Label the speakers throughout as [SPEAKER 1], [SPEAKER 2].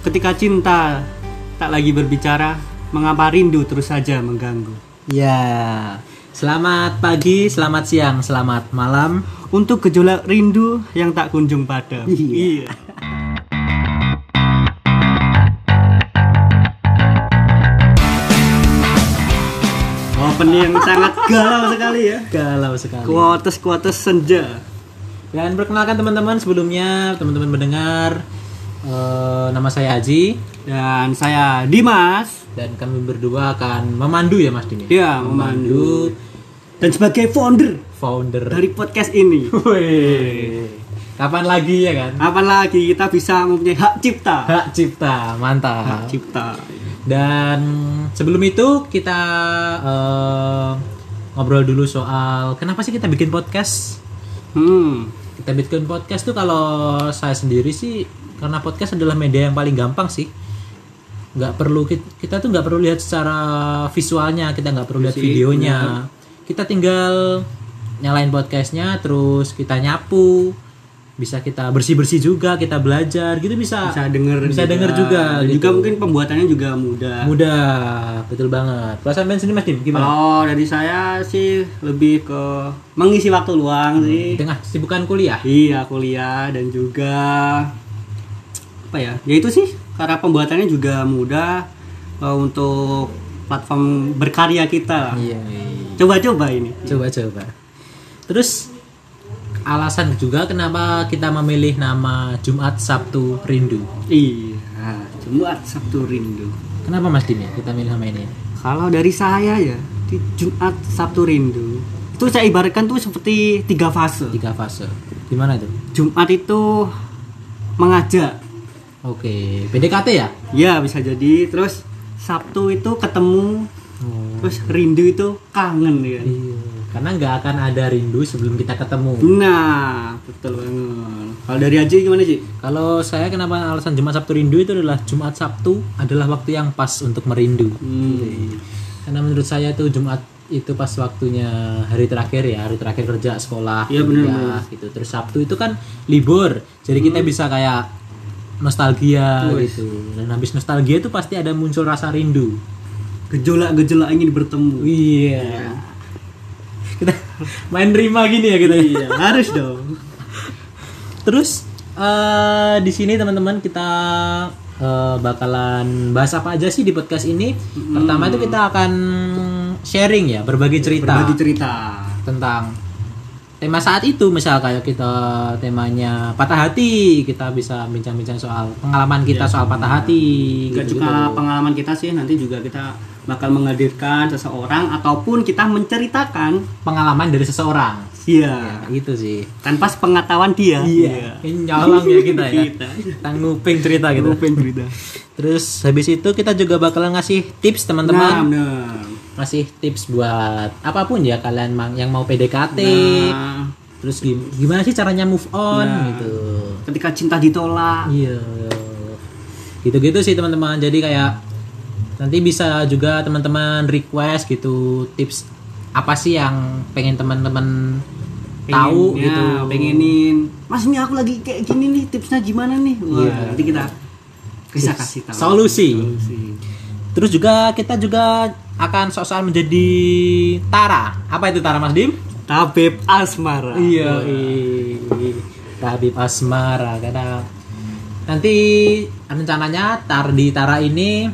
[SPEAKER 1] Ketika cinta tak lagi berbicara, mengapa rindu terus saja mengganggu?
[SPEAKER 2] Ya, selamat pagi, selamat siang, selamat malam.
[SPEAKER 1] Untuk gejolak rindu yang tak kunjung padam.
[SPEAKER 2] Iya.
[SPEAKER 1] Opening yang sangat galau sekali ya.
[SPEAKER 2] Galau sekali.
[SPEAKER 1] Kuotes-kuotes senja.
[SPEAKER 2] Dan perkenalkan teman-teman sebelumnya, teman-teman mendengar, eh, nama saya Haji
[SPEAKER 1] Dan saya Dimas
[SPEAKER 2] dan kami berdua akan memandu ya Mas Dini.
[SPEAKER 1] Iya,
[SPEAKER 2] memandu
[SPEAKER 1] dan sebagai founder
[SPEAKER 2] founder.
[SPEAKER 1] dari podcast ini.
[SPEAKER 2] Wih. Kapan lagi ya kan?
[SPEAKER 1] Apalagi kita bisa mempunyai hak cipta.
[SPEAKER 2] Hak cipta, mantap.
[SPEAKER 1] Hak cipta.
[SPEAKER 2] Dan sebelum itu kita eh, ngobrol dulu soal kenapa sih kita bikin podcast?
[SPEAKER 1] Hmm.
[SPEAKER 2] Kita bikin podcast tuh kalau saya sendiri sih karena podcast adalah media yang paling gampang sih. Nggak perlu kit- kita tuh nggak perlu lihat secara visualnya, kita nggak perlu lihat videonya. Kita tinggal nyalain podcastnya, terus kita nyapu, bisa kita bersih bersih juga, kita belajar, gitu bisa.
[SPEAKER 1] Bisa denger
[SPEAKER 2] Bisa denger juga,
[SPEAKER 1] Dan
[SPEAKER 2] gitu.
[SPEAKER 1] juga mungkin pembuatannya juga mudah.
[SPEAKER 2] Mudah, betul banget. Perasaan Ben sendiri Mas Dim gimana?
[SPEAKER 1] Kalau dari saya sih lebih ke mengisi waktu luang sih.
[SPEAKER 2] di tengah kesibukan kuliah
[SPEAKER 1] Iya, kuliah dan juga apa ya? Ya itu sih karena pembuatannya juga mudah eh, untuk platform berkarya kita lah.
[SPEAKER 2] iya
[SPEAKER 1] Coba-coba ini.
[SPEAKER 2] coba coba terus alasan juga kenapa kita memilih nama Jumat Sabtu Rindu
[SPEAKER 1] Iya, Jumat Sabtu Rindu.
[SPEAKER 2] kenapa Mas Dim ya kita milih nama ini
[SPEAKER 1] Kalau dari saya ya, di Jumat Sabtu Rindu. Itu saya ibaratkan tuh seperti tiga fase.
[SPEAKER 2] tiga fase gimana itu
[SPEAKER 1] Jumat itu mengajak.
[SPEAKER 2] oke PDKT ya
[SPEAKER 1] Ya, bisa jadi. Terus Sabtu itu ketemu. Terus Rindu itu kangen ya.
[SPEAKER 2] Iya. karena nggak akan ada rindu sebelum kita ketemu
[SPEAKER 1] Nah, betul banget. Kalau dari Aji gimana sih?
[SPEAKER 2] kalau saya kenapa alasan Jumat Sabtu Rindu itu adalah Jumat Sabtu adalah waktu yang pas untuk merindu
[SPEAKER 1] Hmm.
[SPEAKER 2] karena menurut saya itu Jumat itu pas waktunya hari terakhir ya hari terakhir kerja sekolah
[SPEAKER 1] Iya, bener, Hmm.
[SPEAKER 2] kuliah, gitu terus Sabtu itu kan libur jadi kita bisa kayak nostalgia gitu dan habis nostalgia itu pasti ada muncul rasa rindu
[SPEAKER 1] Gejolak-gejolak ingin bertemu.
[SPEAKER 2] iya kita main rima gini ya kita
[SPEAKER 1] Iya, harus dong.
[SPEAKER 2] terus eh, di sini teman-teman kita eh, bakalan bahas apa aja sih di podcast ini
[SPEAKER 1] Hmm.
[SPEAKER 2] pertama itu kita akan sharing ya berbagi cerita
[SPEAKER 1] Berbagi cerita.
[SPEAKER 2] tentang tema saat itu misal kayak kita temanya patah hati kita bisa bincang-bincang soal pengalaman kita soal patah hati
[SPEAKER 1] Iya,
[SPEAKER 2] gitu,
[SPEAKER 1] Gak
[SPEAKER 2] gitu-gitu.
[SPEAKER 1] cuma pengalaman kita sih, nanti juga kita bakal menghadirkan seseorang ataupun kita menceritakan
[SPEAKER 2] pengalaman dari seseorang
[SPEAKER 1] iya
[SPEAKER 2] gitu sih
[SPEAKER 1] tanpa pengetahuan dia.
[SPEAKER 2] nyolong ya kita ya
[SPEAKER 1] Iya. Kita.
[SPEAKER 2] kita nguping cerita
[SPEAKER 1] Gitu.
[SPEAKER 2] gitu
[SPEAKER 1] Open cerita.
[SPEAKER 2] terus habis itu kita juga bakalan ngasih tips
[SPEAKER 1] Nah,
[SPEAKER 2] teman-teman
[SPEAKER 1] bener.
[SPEAKER 2] ngasih tips buat apapun ya kalian mang- yang mau PDKT
[SPEAKER 1] Nah,
[SPEAKER 2] terus gim- gimana sih caranya move on gitu
[SPEAKER 1] ketika cinta ditolak.
[SPEAKER 2] Iya. Gitu-gitu sih teman-teman. Jadi kayak nanti bisa juga teman-teman request gitu tips apa sih yang pengen teman-teman tahu
[SPEAKER 1] Pengen- ya,
[SPEAKER 2] gitu.
[SPEAKER 1] pengenin mas ini aku lagi kayak gini nih tipsnya gimana nih wah
[SPEAKER 2] Iya.
[SPEAKER 1] nanti kita bisa
[SPEAKER 2] Tips,
[SPEAKER 1] kasih tahu
[SPEAKER 2] solusi.
[SPEAKER 1] Solusi.
[SPEAKER 2] Terus juga kita juga akan sok menjadi tara. Apa itu tara Mas Dim?
[SPEAKER 1] tabib asmara Iya.
[SPEAKER 2] i- Tabib Asmara karena nanti rencananya tar di Tara ini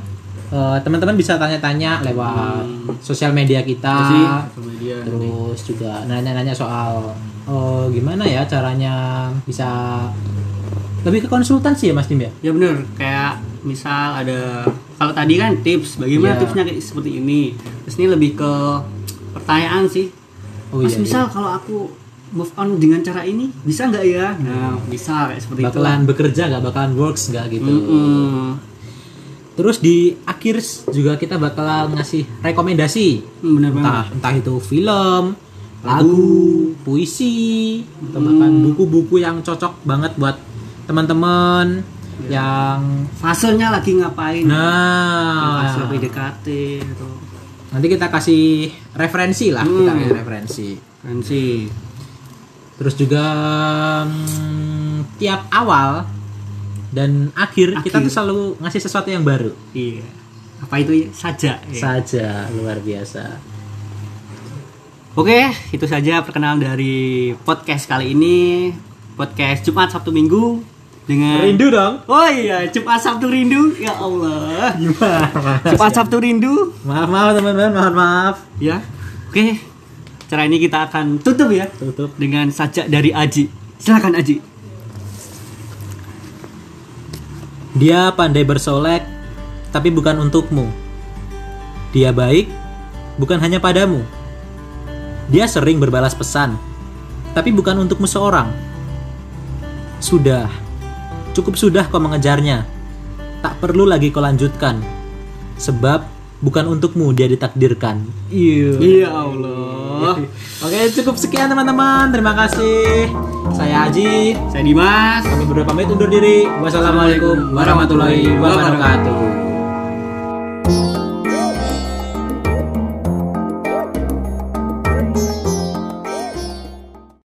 [SPEAKER 2] eh, teman-teman bisa tanya-tanya lewat sosial media kita.
[SPEAKER 1] Sih, kemudian
[SPEAKER 2] terus juga nanya-nanya soal eh, gimana ya caranya bisa lebih ke konsultan sih ya Mas Dim ya
[SPEAKER 1] ya bener kayak misal ada kalau tadi kan tips bagaimana
[SPEAKER 2] Iya.
[SPEAKER 1] tipsnya kayak seperti ini terus ini lebih ke pertanyaan sih
[SPEAKER 2] oh
[SPEAKER 1] mas misal kalau aku move on dengan cara ini bisa nggak ya nah bisa kayak seperti itu
[SPEAKER 2] bakalan bekerja nggak bakalan works nggak gitu
[SPEAKER 1] Mm-mm.
[SPEAKER 2] terus di akhir juga kita bakal ngasih rekomendasi
[SPEAKER 1] Hmm, bener banget
[SPEAKER 2] entah entah itu film lagu Hmm. puisi atau bahkan buku-buku yang cocok banget buat teman-teman yang
[SPEAKER 1] fasenya lagi ngapain
[SPEAKER 2] nah
[SPEAKER 1] fase PDKT gitu. atau
[SPEAKER 2] nanti kita kasih referensi lah kita
[SPEAKER 1] Hmm.
[SPEAKER 2] kasih referensi
[SPEAKER 1] kan sih
[SPEAKER 2] terus juga mm, tiap hmm, awal dan akhir, kita
[SPEAKER 1] Akhir.
[SPEAKER 2] tuh selalu ngasih sesuatu yang baru
[SPEAKER 1] Iya. Apa itu ya? saja? ya.
[SPEAKER 2] saja luar biasa
[SPEAKER 1] Oke, itu saja perkenalan dari podcast kali ini. Podcast Jumat Sabtu Minggu dengan
[SPEAKER 2] rindu dong
[SPEAKER 1] Oh iya, Jumat Sabtu Rindu. Ya Allah. Jumat Sabtu Rindu.
[SPEAKER 2] maaf maaf teman-teman mohon maaf
[SPEAKER 1] Ya. Oke. Cara ini kita akan tutup ya
[SPEAKER 2] tutup
[SPEAKER 1] dengan sajak dari Aji. Silakan Aji.
[SPEAKER 2] Dia pandai bersolek, tapi bukan untukmu. Dia baik, bukan hanya padamu. Dia sering berbalas pesan, tapi bukan untukmu seorang. Sudah, cukup sudah kau mengejarnya. Tak perlu lagi kau lanjutkan, sebab bukan untukmu dia ditakdirkan. Iya.
[SPEAKER 1] Ya Allah.
[SPEAKER 2] Oke, cukup sekian teman-teman. Terima kasih. Saya Aji.
[SPEAKER 1] Saya Dimas.
[SPEAKER 2] Kami berdua pamit undur diri. Wassalamualaikum warahmatullahi wabarakatuh.